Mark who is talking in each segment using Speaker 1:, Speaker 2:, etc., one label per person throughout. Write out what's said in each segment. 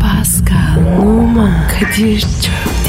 Speaker 1: Pascal, Oman, Kadir çok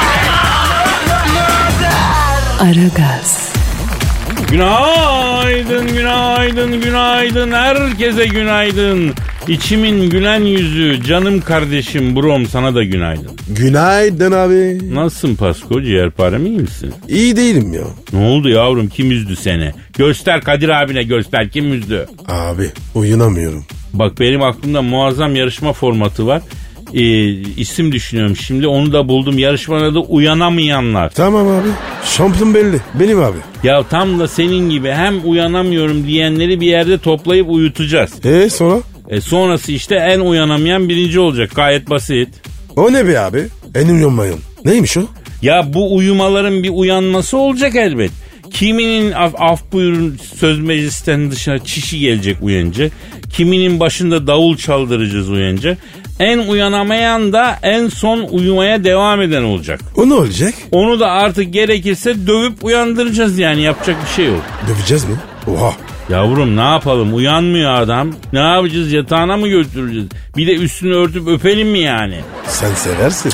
Speaker 1: Aragaz,
Speaker 2: Günaydın, günaydın, günaydın. Herkese günaydın. İçimin gülen yüzü, canım kardeşim, brom sana da günaydın.
Speaker 3: Günaydın abi.
Speaker 2: Nasılsın Pasko, ciğerparem iyi misin?
Speaker 3: İyi değilim ya.
Speaker 2: Ne oldu yavrum, kim üzdü seni? Göster Kadir abine göster, kim üzdü?
Speaker 3: Abi uyunamıyorum.
Speaker 2: Bak benim aklımda muazzam yarışma formatı var. Ee, isim düşünüyorum şimdi, onu da buldum. Yarışmanın adı Uyanamayanlar.
Speaker 3: Tamam abi. Şampiyon belli. Benim abi.
Speaker 2: Ya tam da senin gibi hem uyanamıyorum diyenleri bir yerde toplayıp uyutacağız.
Speaker 3: E sonra?
Speaker 2: E sonrası işte en uyanamayan birinci olacak. Gayet basit.
Speaker 3: O ne be abi? En uyumayan. Neymiş o?
Speaker 2: Ya bu uyumaların bir uyanması olacak elbet. Kiminin af, af buyurun söz meclisten dışına çişi gelecek uyanınca. Kiminin başında davul çaldıracağız uyanınca. En uyanamayan da en son uyumaya devam eden olacak.
Speaker 3: O ne olacak?
Speaker 2: Onu da artık gerekirse dövüp uyandıracağız yani yapacak bir şey yok.
Speaker 3: Döveceğiz mi? Oha.
Speaker 2: Yavrum ne yapalım uyanmıyor adam. Ne yapacağız yatağına mı götüreceğiz? Bir de üstünü örtüp öpelim mi yani?
Speaker 3: Sen seversin.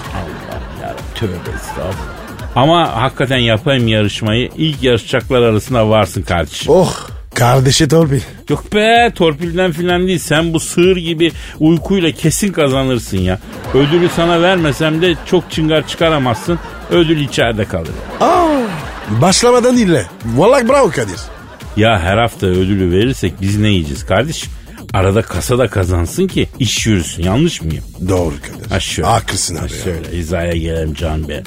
Speaker 2: Tövbe estağfurullah. Ama hakikaten yapayım yarışmayı. İlk yarışacaklar arasında varsın kardeşim.
Speaker 3: Oh. Kardeşi torpil.
Speaker 2: Yok be torpilden filan değil. Sen bu sığır gibi uykuyla kesin kazanırsın ya. Ödülü sana vermesem de çok çıngar çıkaramazsın. Ödül içeride kalır.
Speaker 3: Aa. Başlamadan dinle. Vallahi bravo Kadir.
Speaker 2: Ya her hafta ödülü verirsek biz ne yiyeceğiz kardeşim? Arada kasa da kazansın ki iş yürüsün. Yanlış mıyım?
Speaker 3: Doğru Kadir.
Speaker 2: Ha şöyle.
Speaker 3: Haklısın abi. ya.
Speaker 2: Şöyle hizaya gelelim can be.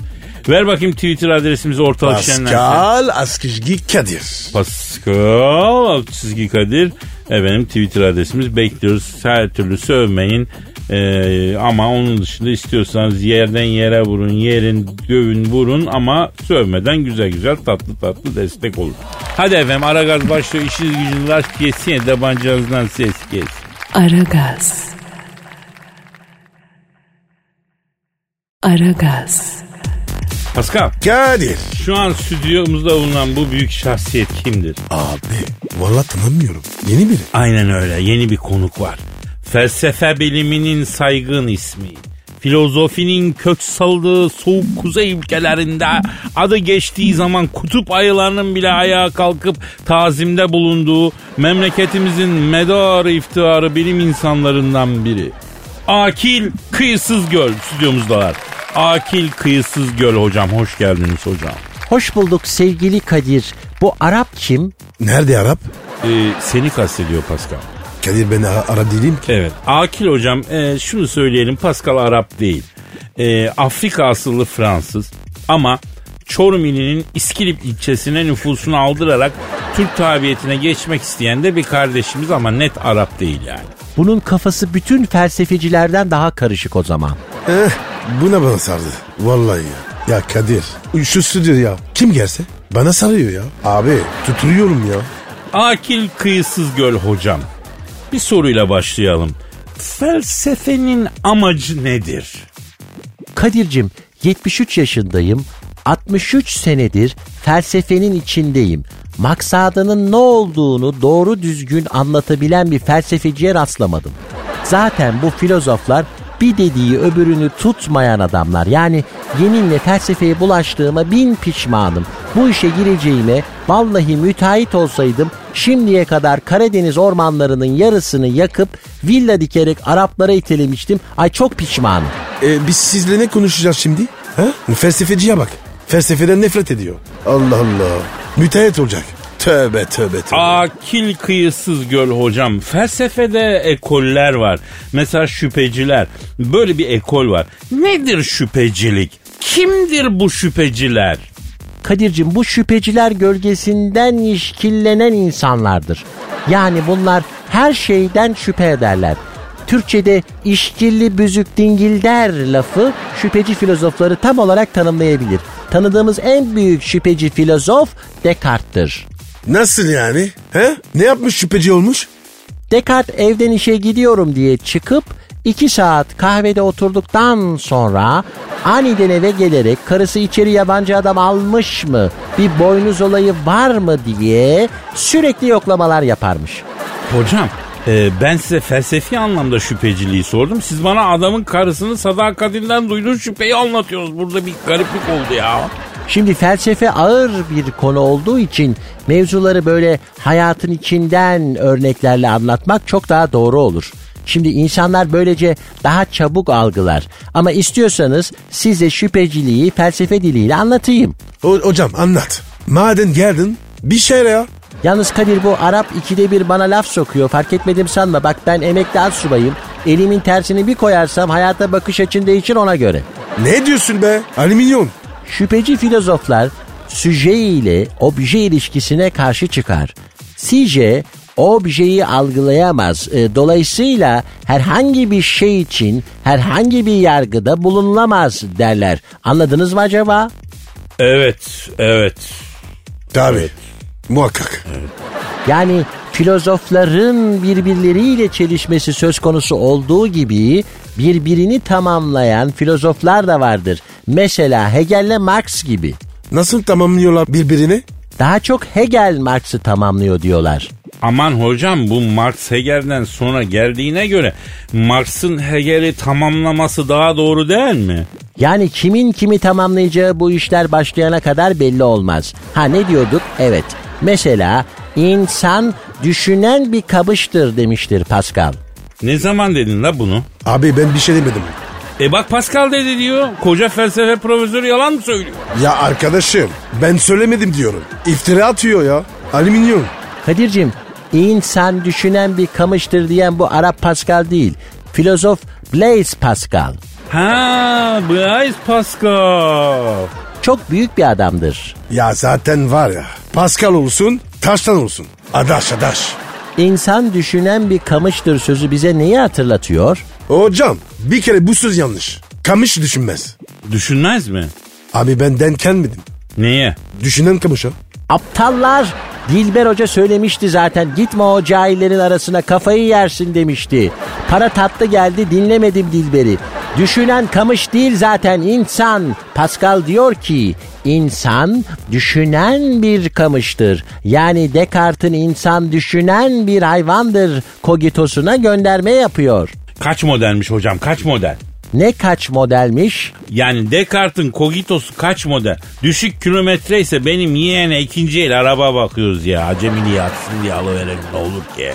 Speaker 2: Ver bakayım Twitter adresimizi ortalık şenlensin.
Speaker 3: Pascal Askizgi Kadir.
Speaker 2: Pascal alt çizgi Kadir. Efendim Twitter adresimiz bekliyoruz. Her türlü sövmeyin. Ee, ama onun dışında istiyorsanız yerden yere vurun, yerin, dövün, vurun ama sövmeden güzel güzel tatlı tatlı destek olun. Hadi efendim Aragaz başlıyor. İşiniz gücünüz rast kesin ya tabancanızdan ses kes.
Speaker 1: Aragaz. Aragaz,
Speaker 2: Pascal
Speaker 3: Kadir.
Speaker 2: şu an stüdyomuzda bulunan bu büyük şahsiyet kimdir?
Speaker 3: Abi valla tanımıyorum. Yeni biri.
Speaker 2: Aynen öyle yeni bir konuk var. Felsefe biliminin saygın ismi. Filozofinin kök saldığı soğuk kuzey ülkelerinde adı geçtiği zaman kutup ayılarının bile ayağa kalkıp tazimde bulunduğu memleketimizin medarı iftiharı bilim insanlarından biri. Akil Kıyısız Göl stüdyomuzdalar. Akil Kıyısız Göl hocam hoş geldiniz hocam.
Speaker 4: Hoş bulduk sevgili Kadir. Bu Arap kim?
Speaker 3: Nerede Arap?
Speaker 2: Ee, seni kastediyor Pascal.
Speaker 3: Kadir ben A- Arap değilim ki.
Speaker 2: Evet. Akil hocam e, şunu söyleyelim Pascal Arap değil. E, Afrika asıllı Fransız ama Çorum ilinin İskilip ilçesine nüfusunu aldırarak Türk tabiyetine geçmek isteyen de bir kardeşimiz ama net Arap değil yani.
Speaker 4: Bunun kafası bütün felsefecilerden daha karışık o zaman.
Speaker 3: Eh, buna bana sardı. Vallahi ya. Ya Kadir şu stüdyo ya. Kim gelse bana sarıyor ya. Abi tutuluyorum ya.
Speaker 2: Akil Kıyısız Göl hocam. Bir soruyla başlayalım. Felsefenin amacı nedir?
Speaker 4: Kadir'cim 73 yaşındayım. 63 senedir felsefenin içindeyim. Maksadının ne olduğunu doğru düzgün anlatabilen bir felsefeciye rastlamadım. Zaten bu filozoflar bir dediği öbürünü tutmayan adamlar. Yani yeminle felsefeye bulaştığıma bin pişmanım. Bu işe gireceğime vallahi müteahhit olsaydım şimdiye kadar Karadeniz ormanlarının yarısını yakıp villa dikerek Araplara itelemiştim. Ay çok pişmanım.
Speaker 3: E, biz sizle ne konuşacağız şimdi? Ha? Felsefeciye bak. Felsefeden nefret ediyor. Allah Allah. Müteahhit olacak. Tövbe tövbe tövbe.
Speaker 2: Akil kıyısız göl hocam. Felsefede ekoller var. Mesela şüpheciler. Böyle bir ekol var. Nedir şüphecilik? Kimdir bu şüpheciler?
Speaker 4: Kadir'cim bu şüpheciler gölgesinden işkillenen insanlardır. Yani bunlar her şeyden şüphe ederler. Türkçe'de işkilli büzük dingilder lafı şüpheci filozofları tam olarak tanımlayabilir. Tanıdığımız en büyük şüpheci filozof Descartes'tir.
Speaker 3: Nasıl yani? He? Ne yapmış şüpheci olmuş?
Speaker 4: Descartes evden işe gidiyorum diye çıkıp iki saat kahvede oturduktan sonra aniden eve gelerek karısı içeri yabancı adam almış mı bir boynuz olayı var mı diye sürekli yoklamalar yaparmış.
Speaker 2: Hocam e, ben size felsefi anlamda şüpheciliği sordum. Siz bana adamın karısının sadakatinden duyduğu şüpheyi anlatıyorsunuz. Burada bir gariplik oldu ya.
Speaker 4: Şimdi felsefe ağır bir konu olduğu için mevzuları böyle hayatın içinden örneklerle anlatmak çok daha doğru olur. Şimdi insanlar böylece daha çabuk algılar. Ama istiyorsanız size şüpheciliği felsefe diliyle anlatayım.
Speaker 3: O, hocam anlat. Madem geldin bir şey ya.
Speaker 4: Yalnız Kadir bu Arap ikide bir bana laf sokuyor. Fark etmedim sanma. Bak ben emekli az subayım. Elimin tersini bir koyarsam hayata bakış açın değişir ona göre.
Speaker 3: Ne diyorsun be? Alüminyum.
Speaker 4: Şüpheci filozoflar süje ile obje ilişkisine karşı çıkar. Sije objeyi algılayamaz. E, Dolayısıyla herhangi bir şey için herhangi bir yargıda bulunulamaz derler. Anladınız mı acaba?
Speaker 2: Evet, evet.
Speaker 3: Tabii. Muhakkak.
Speaker 4: Yani filozofların birbirleriyle çelişmesi söz konusu olduğu gibi birbirini tamamlayan filozoflar da vardır. Mesela Hegel'le Marx gibi.
Speaker 3: Nasıl tamamlıyorlar birbirini?
Speaker 4: Daha çok Hegel Marx'ı tamamlıyor diyorlar.
Speaker 2: Aman hocam bu Marx Hegel'den sonra geldiğine göre Marx'ın Hegel'i tamamlaması daha doğru değil mi?
Speaker 4: Yani kimin kimi tamamlayacağı bu işler başlayana kadar belli olmaz. Ha ne diyorduk? Evet. Mesela insan düşünen bir kabıştır demiştir Pascal.
Speaker 2: Ne zaman dedin la bunu?
Speaker 3: Abi ben bir şey demedim.
Speaker 2: E bak Pascal dedi diyor. Koca felsefe profesörü yalan mı söylüyor?
Speaker 3: Ya arkadaşım ben söylemedim diyorum. İftira atıyor ya. Alüminyum.
Speaker 4: Kadir'cim insan düşünen bir kamıştır diyen bu Arap Pascal değil. Filozof Blaise Pascal.
Speaker 2: Ha, Blaise Pascal.
Speaker 4: Çok büyük bir adamdır.
Speaker 3: Ya zaten var ya. Pascal olsun taştan olsun. Adaş adaş.
Speaker 4: İnsan düşünen bir kamıştır sözü bize neyi hatırlatıyor?
Speaker 3: Hocam bir kere bu söz yanlış. Kamış düşünmez.
Speaker 2: Düşünmez mi?
Speaker 3: Abi ben denken miydim?
Speaker 2: Neye?
Speaker 3: Düşünen kamışa.
Speaker 4: Aptallar Dilber Hoca söylemişti zaten gitme o cahillerin arasına kafayı yersin demişti. Para tatlı geldi dinlemedim Dilber'i. Düşünen kamış değil zaten insan. Pascal diyor ki insan düşünen bir kamıştır. Yani Descartes'in insan düşünen bir hayvandır kogitosuna gönderme yapıyor.
Speaker 2: Kaç modelmiş hocam kaç model?
Speaker 4: Ne kaç modelmiş?
Speaker 2: Yani Descartes'in kogitosu kaç model? Düşük kilometre ise benim yeğene ikinci el araba bakıyoruz ya. Acemiliği atsın diye alıverelim ne olur ki.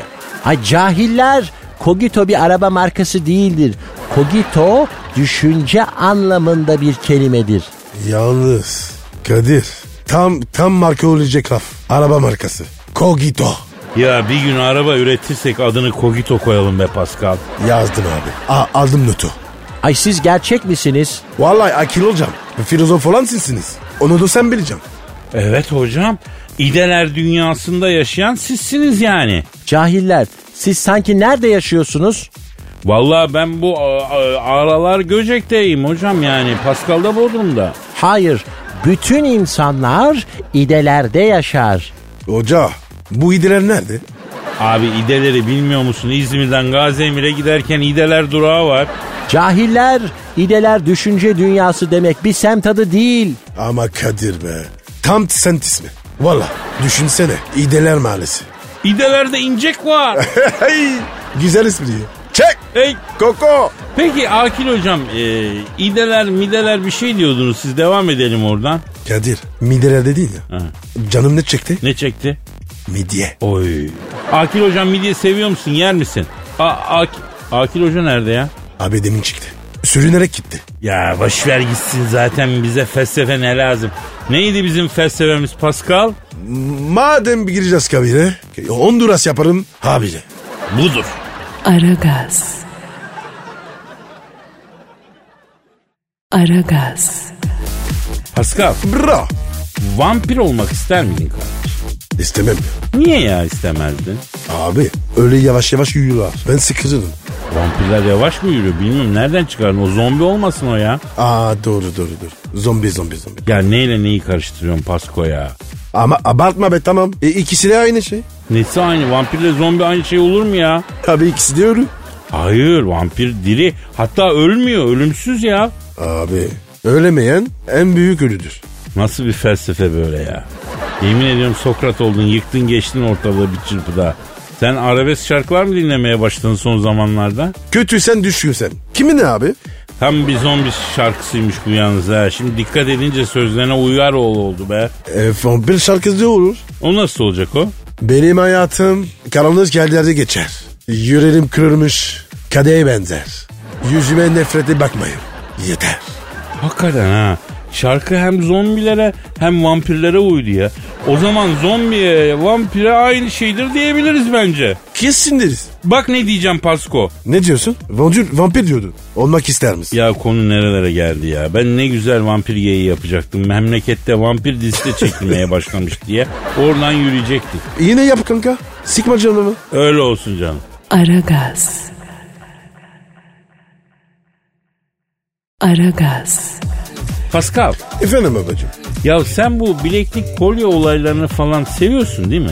Speaker 4: Ay cahiller Kogito bir araba markası değildir. Kogito düşünce anlamında bir kelimedir.
Speaker 3: Yalnız Kadir tam tam marka olacak laf. Araba markası. Kogito.
Speaker 2: Ya bir gün araba üretirsek adını kogito koyalım be Pascal.
Speaker 3: Yazdım abi. A- aldım notu.
Speaker 4: Ay siz gerçek misiniz?
Speaker 3: Vallahi akil hocam. Filozof olan sizsiniz. Onu da sen bileceksin.
Speaker 2: Evet hocam. İdeler dünyasında yaşayan sizsiniz yani.
Speaker 4: Cahiller siz sanki nerede yaşıyorsunuz?
Speaker 2: Vallahi ben bu a- a- aralar Göcek'teyim hocam yani. Pascal da Bodrum'da.
Speaker 4: Hayır, bütün insanlar idelerde yaşar.
Speaker 3: Hoca bu ideler nerede?
Speaker 2: Abi İdeleri bilmiyor musun? İzmir'den Gaziemir'e giderken İdeler durağı var.
Speaker 4: Cahiller, ideler düşünce dünyası demek bir semt adı değil.
Speaker 3: Ama Kadir be. Tam sent ismi. Valla düşünsene. İdeler mahallesi.
Speaker 2: İdelerde incek var.
Speaker 3: Hey, Güzel ismi diyor. Çek.
Speaker 2: Ey,
Speaker 3: Koko.
Speaker 2: Peki Akil hocam e, İdeler mideler bir şey diyordunuz siz devam edelim oradan.
Speaker 3: Kadir mideler dedin ya.
Speaker 2: Ha.
Speaker 3: Canım ne çekti?
Speaker 2: Ne çekti?
Speaker 3: Midye.
Speaker 2: Oy. Akil hocam midye seviyor musun yer misin? A, Ak- Akil hoca nerede ya?
Speaker 3: Abi demin çıktı. Sürünerek gitti.
Speaker 2: Ya boşver gitsin zaten bize felsefe ne lazım. Neydi bizim felsefemiz Pascal?
Speaker 3: Madem bir gireceğiz kabire. Honduras yaparım habire.
Speaker 2: Budur.
Speaker 1: Aragaz. Aragaz.
Speaker 2: Pascal
Speaker 3: Bra.
Speaker 2: vampir olmak ister miydin kardeşim?
Speaker 3: İstemem.
Speaker 2: Niye ya istemezdin?
Speaker 3: Abi öyle yavaş yavaş yürüyorlar. Ben sıkılırım.
Speaker 2: Vampirler yavaş mı yürüyor bilmiyorum. Nereden çıkardın? O zombi olmasın o ya.
Speaker 3: Aa doğru doğru doğru. Zombi zombi zombi.
Speaker 2: Ya neyle neyi karıştırıyorsun Pasko ya?
Speaker 3: Ama abartma be tamam. E, ikisi de aynı şey.
Speaker 2: Nesi aynı? Vampirle zombi aynı şey olur mu ya?
Speaker 3: Abi ikisi de ölü.
Speaker 2: Hayır vampir diri. Hatta ölmüyor. Ölümsüz ya.
Speaker 3: Abi ölemeyen en büyük ölüdür.
Speaker 2: Nasıl bir felsefe böyle ya? Yemin ediyorum Sokrat oldun. Yıktın geçtin ortalığı bir çırpıda. Sen arabesk şarkılar mı dinlemeye başladın son zamanlarda?
Speaker 3: Kötüysen düşkünsen. Kimin ne abi?
Speaker 2: Tam bir zombi şarkısıymış bu yalnız ha. Şimdi dikkat edince sözlerine uyar oğlu oldu be.
Speaker 3: E, vampir şarkısı olur.
Speaker 2: O nasıl olacak o?
Speaker 3: Benim hayatım karanlık yerlerde geçer. Yüreğim kırılmış, kadeye benzer. Yüzüme nefrete bakmayın. Yeter.
Speaker 2: Hakikaten ha. Şarkı hem zombilere hem vampirlere uydu ya. O zaman zombiye, vampire aynı şeydir diyebiliriz bence.
Speaker 3: Kesin deriz.
Speaker 2: Bak ne diyeceğim Pasko.
Speaker 3: Ne diyorsun? Vampir, vampir diyordun. Olmak ister misin?
Speaker 2: Ya konu nerelere geldi ya. Ben ne güzel vampir geyiği yapacaktım. Memlekette vampir dizide çekilmeye başlamış diye. Oradan yürüyecektik.
Speaker 3: Yine yap kanka. Sıkma canımı.
Speaker 2: Öyle olsun canım.
Speaker 1: Aragaz. Aragaz.
Speaker 2: Pascal,
Speaker 3: Efendim babacığım.
Speaker 2: ya sen bu bileklik kolye olaylarını falan seviyorsun değil mi?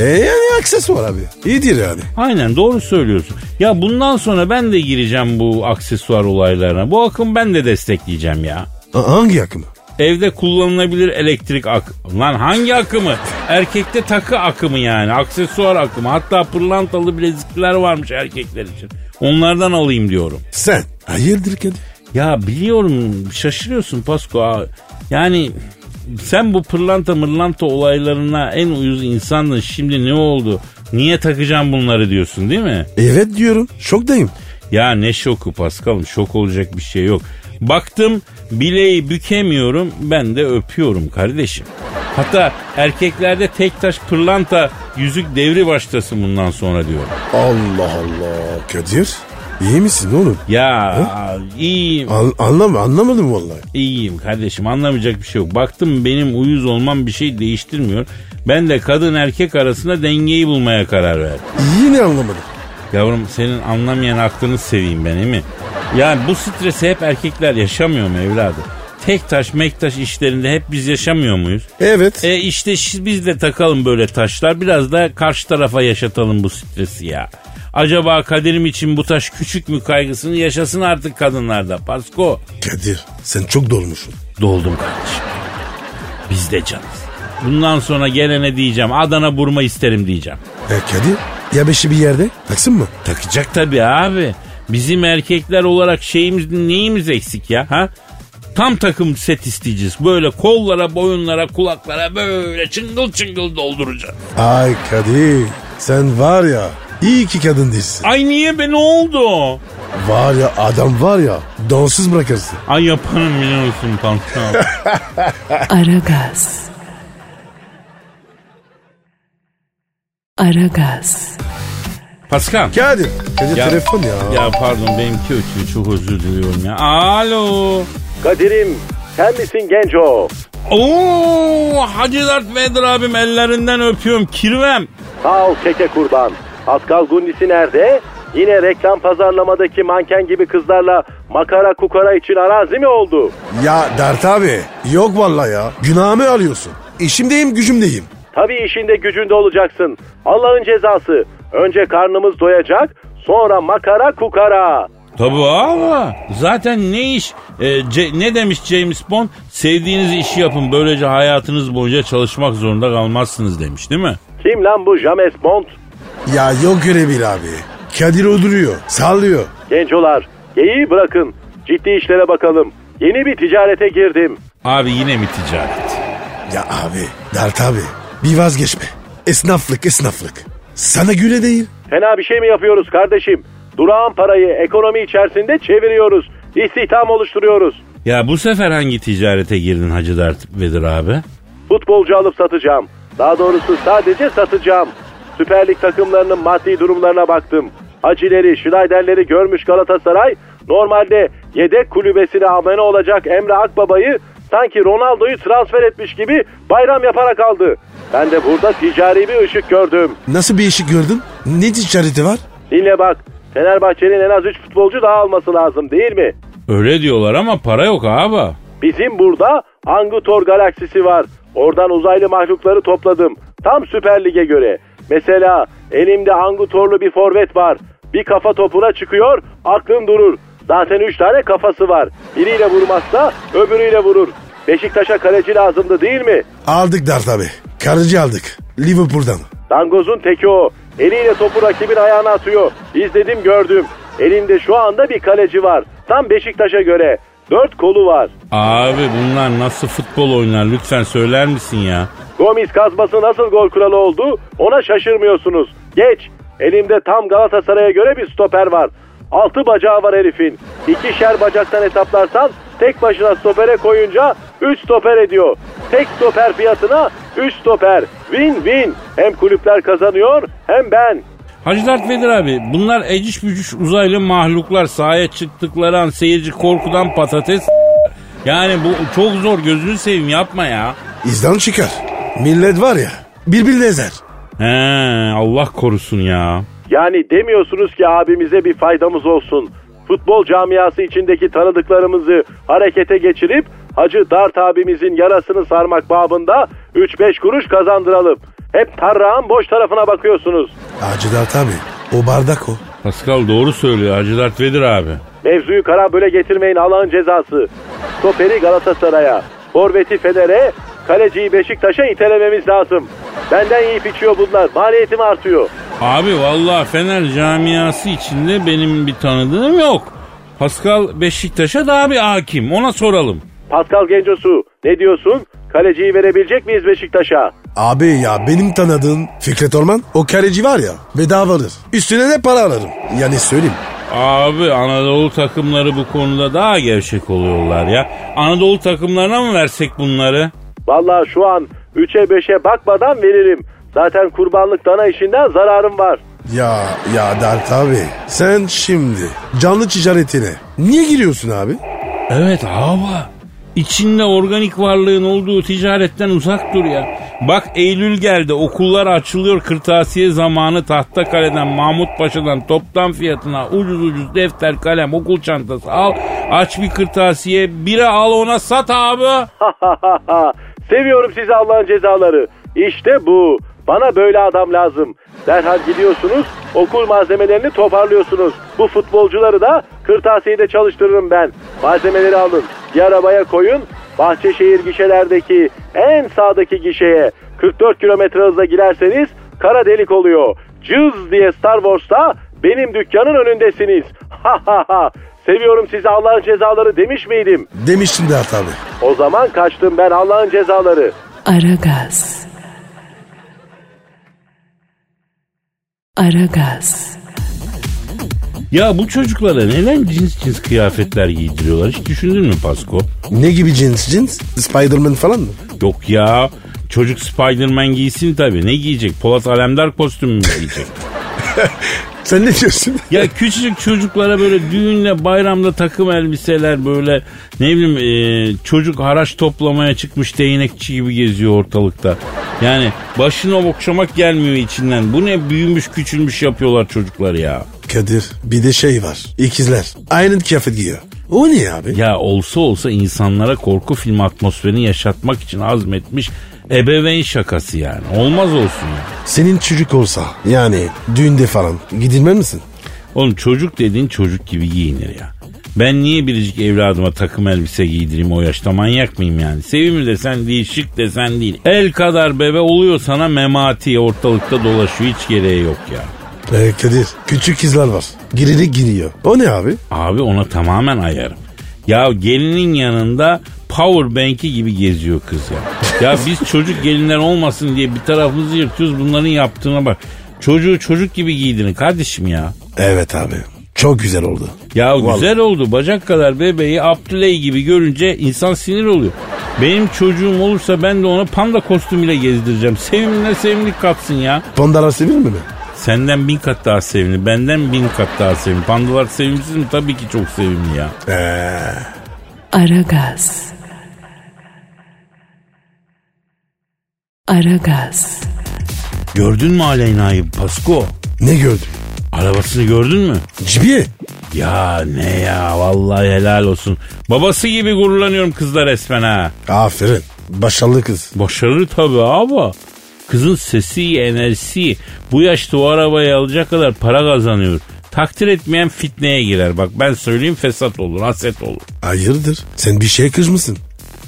Speaker 3: E, yani aksesuar abi. İyidir yani.
Speaker 2: Aynen doğru söylüyorsun. Ya bundan sonra ben de gireceğim bu aksesuar olaylarına. Bu akım ben de destekleyeceğim ya.
Speaker 3: A- hangi akımı?
Speaker 2: Evde kullanılabilir elektrik ak... Lan hangi akımı? Erkekte takı akımı yani. Aksesuar akımı. Hatta pırlantalı bilezikler varmış erkekler için. Onlardan alayım diyorum.
Speaker 3: Sen. Hayırdır kedi?
Speaker 2: Ya biliyorum şaşırıyorsun Pasko. Aa, Yani sen bu pırlanta mırlanta olaylarına en uyuz insandın. Şimdi ne oldu? Niye takacağım bunları diyorsun değil mi?
Speaker 3: Evet diyorum. Şoktayım.
Speaker 2: Ya ne şoku Paskal'ım şok olacak bir şey yok. Baktım bileği bükemiyorum ben de öpüyorum kardeşim. Hatta erkeklerde tek taş pırlanta yüzük devri başlasın bundan sonra diyorum.
Speaker 3: Allah Allah. Kadir. İyi misin oğlum?
Speaker 2: Ya iyiyim
Speaker 3: An- anlam anlamadım vallahi.
Speaker 2: iyiyim kardeşim anlamayacak bir şey yok. Baktım benim uyuz olmam bir şey değiştirmiyor. Ben de kadın erkek arasında dengeyi bulmaya karar verdim.
Speaker 3: Yine anlamadım.
Speaker 2: Yavrum senin anlamayan aklını seveyim ben mi? Yani bu stresi hep erkekler yaşamıyor mu evladım? Tek taş mek taş işlerinde hep biz yaşamıyor muyuz?
Speaker 3: Evet.
Speaker 2: E işte şi- biz de takalım böyle taşlar biraz da karşı tarafa yaşatalım bu stresi ya. Acaba kaderim için bu taş küçük mü kaygısını yaşasın artık kadınlarda Pasko.
Speaker 3: Kadir sen çok dolmuşsun.
Speaker 2: Doldum kardeşim. Biz de canız. Bundan sonra gelene diyeceğim Adana burma isterim diyeceğim.
Speaker 3: E Kadir ya beşi bir yerde taksın mı? Takacak.
Speaker 2: Olacak tabii abi. Bizim erkekler olarak şeyimiz neyimiz eksik ya ha? Tam takım set isteyeceğiz. Böyle kollara, boyunlara, kulaklara böyle çıngıl çıngıl dolduracağız.
Speaker 3: Ay Kadir sen var ya iyi ki kadın değilsin.
Speaker 2: Ay niye be ne oldu?
Speaker 3: Var ya adam var ya donsuz bırakırsın.
Speaker 2: Ay yaparım biliyor musun Pansal?
Speaker 1: Aragaz. Aragaz.
Speaker 2: Pascal.
Speaker 3: Kadir. Kadir
Speaker 2: Ya-
Speaker 3: telefon ya.
Speaker 2: Ya pardon benimki için çok özür diliyorum ya. Alo.
Speaker 5: Kadir'im sen misin genco?
Speaker 2: Oo, Hacı Dert Vedir abim ellerinden öpüyorum. Kirvem.
Speaker 5: Sağ ol keke kurban. Pascal Gundisi nerede? Yine reklam pazarlamadaki manken gibi kızlarla makara kukara için arazi mi oldu?
Speaker 3: Ya Dert abi yok vallahi ya. Günahımı alıyorsun. İşimdeyim gücümdeyim.
Speaker 5: Tabii işinde gücünde olacaksın. Allah'ın cezası. Önce karnımız doyacak sonra makara kukara.
Speaker 2: Tabii ama zaten ne iş e, Ce- ne demiş James Bond sevdiğiniz işi yapın böylece hayatınız boyunca çalışmak zorunda kalmazsınız demiş değil mi?
Speaker 5: Kim lan bu James Bond?
Speaker 3: Ya yok öyle bir abi. Kadir öldürüyor. Sallıyor.
Speaker 5: Gencolar geyiği bırakın. Ciddi işlere bakalım. Yeni bir ticarete girdim.
Speaker 2: Abi yine mi ticaret?
Speaker 3: Ya abi Dert abi bir vazgeçme. Esnaflık esnaflık. Sana güle değil.
Speaker 5: Fena bir şey mi yapıyoruz kardeşim? Durağan parayı ekonomi içerisinde çeviriyoruz. İstihdam oluşturuyoruz.
Speaker 2: Ya bu sefer hangi ticarete girdin Hacı Dert Vedir abi?
Speaker 5: Futbolcu alıp satacağım. Daha doğrusu sadece satacağım. Süper Lig takımlarının maddi durumlarına baktım. Hacileri, Schneiderleri görmüş Galatasaray normalde yedek kulübesine amene olacak Emre Akbaba'yı sanki Ronaldo'yu transfer etmiş gibi bayram yaparak aldı. Ben de burada ticari bir ışık gördüm.
Speaker 3: Nasıl bir işi gördün? Ne ticareti var?
Speaker 5: Dinle bak. Fenerbahçe'nin en az 3 futbolcu daha alması lazım değil mi?
Speaker 2: Öyle diyorlar ama para yok abi.
Speaker 5: Bizim burada Angutor galaksisi var. Oradan uzaylı mahlukları topladım. Tam Süper Lig'e göre. Mesela elimde Angutorlu bir forvet var. Bir kafa topuna çıkıyor, aklın durur. Zaten 3 tane kafası var. Biriyle vurmazsa öbürüyle vurur. Beşiktaş'a kaleci lazımdı değil mi?
Speaker 3: Aldık dar tabi. Karıcı aldık. Liverpool'dan.
Speaker 5: Dangoz'un teki o. Eliyle topu rakibin ayağına atıyor. İzledim gördüm. Elinde şu anda bir kaleci var. Tam Beşiktaş'a göre. Dört kolu var.
Speaker 2: Abi bunlar nasıl futbol oynar lütfen söyler misin ya?
Speaker 5: Gomis kazması nasıl gol kuralı oldu ona şaşırmıyorsunuz. Geç. Elimde tam Galatasaray'a göre bir stoper var. Altı bacağı var herifin. İkişer bacaktan hesaplarsan tek başına stopere koyunca 3 stoper ediyor. Tek stoper fiyatına 3 stoper. Win win. Hem kulüpler kazanıyor hem ben.
Speaker 2: Hacı Dert Vedir abi bunlar eciş bücüş uzaylı mahluklar sahaya çıktıkları an seyirci korkudan patates yani bu çok zor gözünü seveyim yapma ya.
Speaker 3: İzdan çıkar. Millet var ya birbirini ezer.
Speaker 2: He Allah korusun ya.
Speaker 5: Yani demiyorsunuz ki abimize bir faydamız olsun. Futbol camiası içindeki tanıdıklarımızı harekete geçirip Hacı Dart abimizin yarasını sarmak babında 3-5 kuruş kazandıralım. Hep tarrağın boş tarafına bakıyorsunuz.
Speaker 3: Hacı Dert abi o bardak o.
Speaker 2: Pascal doğru söylüyor Hacı Dert Vedir abi.
Speaker 5: Mevzuyu kara böyle getirmeyin Allah'ın cezası. Stoperi Galatasaray'a, forveti Fener'e, kaleciyi Beşiktaş'a itelememiz lazım. Benden iyi içiyor bunlar. Maliyetim artıyor.
Speaker 2: Abi vallahi Fener camiası içinde benim bir tanıdığım yok. Pascal Beşiktaş'a daha bir hakim ona soralım.
Speaker 5: Pascal Gencosu ne diyorsun? Kaleciyi verebilecek miyiz Beşiktaş'a?
Speaker 3: Abi ya benim tanıdığım Fikret Orman o kareci var ya bedavadır. Üstüne de para alırım. Yani söyleyeyim.
Speaker 2: Abi Anadolu takımları bu konuda daha gevşek oluyorlar ya. Anadolu takımlarına mı versek bunları?
Speaker 5: Vallahi şu an 3'e 5'e bakmadan veririm. Zaten kurbanlık dana işinden zararım var.
Speaker 3: Ya ya Dert abi sen şimdi canlı ticaretine niye giriyorsun abi?
Speaker 2: Evet abi. İçinde organik varlığın olduğu ticaretten uzak dur ya. Bak Eylül geldi okullar açılıyor kırtasiye zamanı Tahtakale'den Mahmut Paşa'dan toptan fiyatına ucuz ucuz defter kalem okul çantası al aç bir kırtasiye bira al ona sat abi.
Speaker 5: Seviyorum sizi Allah'ın cezaları. İşte bu. Bana böyle adam lazım. Derhal gidiyorsunuz, okul malzemelerini toparlıyorsunuz. Bu futbolcuları da kırtasiyede çalıştırırım ben. Malzemeleri alın, bir arabaya koyun. Bahçeşehir gişelerdeki en sağdaki gişeye 44 kilometre hızla girerseniz kara delik oluyor. Cız diye Star Wars'ta benim dükkanın önündesiniz. Ha ha ha. Seviyorum sizi Allah'ın cezaları demiş miydim?
Speaker 3: Demiştin Dert abi.
Speaker 5: O zaman kaçtım ben Allah'ın cezaları.
Speaker 1: Aragaz. Aragaz.
Speaker 2: Ya bu çocuklara neden cins cins kıyafetler giydiriyorlar hiç düşündün mü Pasko?
Speaker 3: Ne gibi cins cins? Spiderman falan mı?
Speaker 2: Yok ya çocuk Spiderman giysin tabii ne giyecek Polat Alemdar kostümü mü giyecek?
Speaker 3: Sen ne diyorsun?
Speaker 2: Ya küçücük çocuklara böyle düğünle bayramda takım elbiseler böyle ne bileyim e, çocuk haraç toplamaya çıkmış değnekçi gibi geziyor ortalıkta. Yani başını okşamak gelmiyor içinden. Bu ne büyümüş küçülmüş yapıyorlar çocuklar ya.
Speaker 3: Kadir bir de şey var. İkizler. Aynı kıyafet giyiyor. O ne abi?
Speaker 2: Ya olsa olsa insanlara korku filmi atmosferini yaşatmak için azmetmiş ebeveyn şakası yani. Olmaz olsun ya.
Speaker 3: Senin çocuk olsa yani düğünde falan gidilmez misin?
Speaker 2: Oğlum çocuk dediğin çocuk gibi giyinir ya. Ben niye biricik evladıma takım elbise giydireyim o yaşta manyak mıyım yani? Sevimli desen değil, şık desen değil. El kadar bebe oluyor sana memati ortalıkta dolaşıyor hiç gereği yok ya.
Speaker 3: Ee, Kadir küçük kızlar var. Girili giriyor. O ne abi?
Speaker 2: Abi ona tamamen ayarım. Ya gelinin yanında power bank'i gibi geziyor kız ya. Ya biz çocuk gelinler olmasın diye bir tarafımızı yırtıyoruz bunların yaptığına bak. Çocuğu çocuk gibi giydirin kardeşim ya.
Speaker 3: Evet abi. Çok güzel oldu.
Speaker 2: Ya güzel oldu bacak kadar bebeği Abdüley gibi görünce insan sinir oluyor. Benim çocuğum olursa ben de ona panda kostümüyle gezdireceğim. Sevimine sevimlik katsın ya.
Speaker 3: Pandara sevilir mi? be?
Speaker 2: Senden bin kat daha sevimli, benden bin kat daha sevimli. Pandalar sevimsiz mi? Tabii ki çok sevimli ya.
Speaker 3: Ee,
Speaker 1: Aragaz. Aragaz.
Speaker 2: Gördün mü Aleyna'yı Pasko?
Speaker 3: ne gördün?
Speaker 2: Arabasını gördün mü?
Speaker 3: Cibiye.
Speaker 2: Ya ne ya vallahi helal olsun. Babası gibi gururlanıyorum kızla resmen ha.
Speaker 3: Aferin. Başarılı kız.
Speaker 2: Başarılı tabii abi. Kızın sesi, iyi, enerjisi iyi. bu yaşta o arabayı alacak kadar para kazanıyor. Takdir etmeyen fitneye girer bak ben söyleyeyim fesat olur, haset olur.
Speaker 3: Hayırdır? Sen bir şey şeye kızmışsın.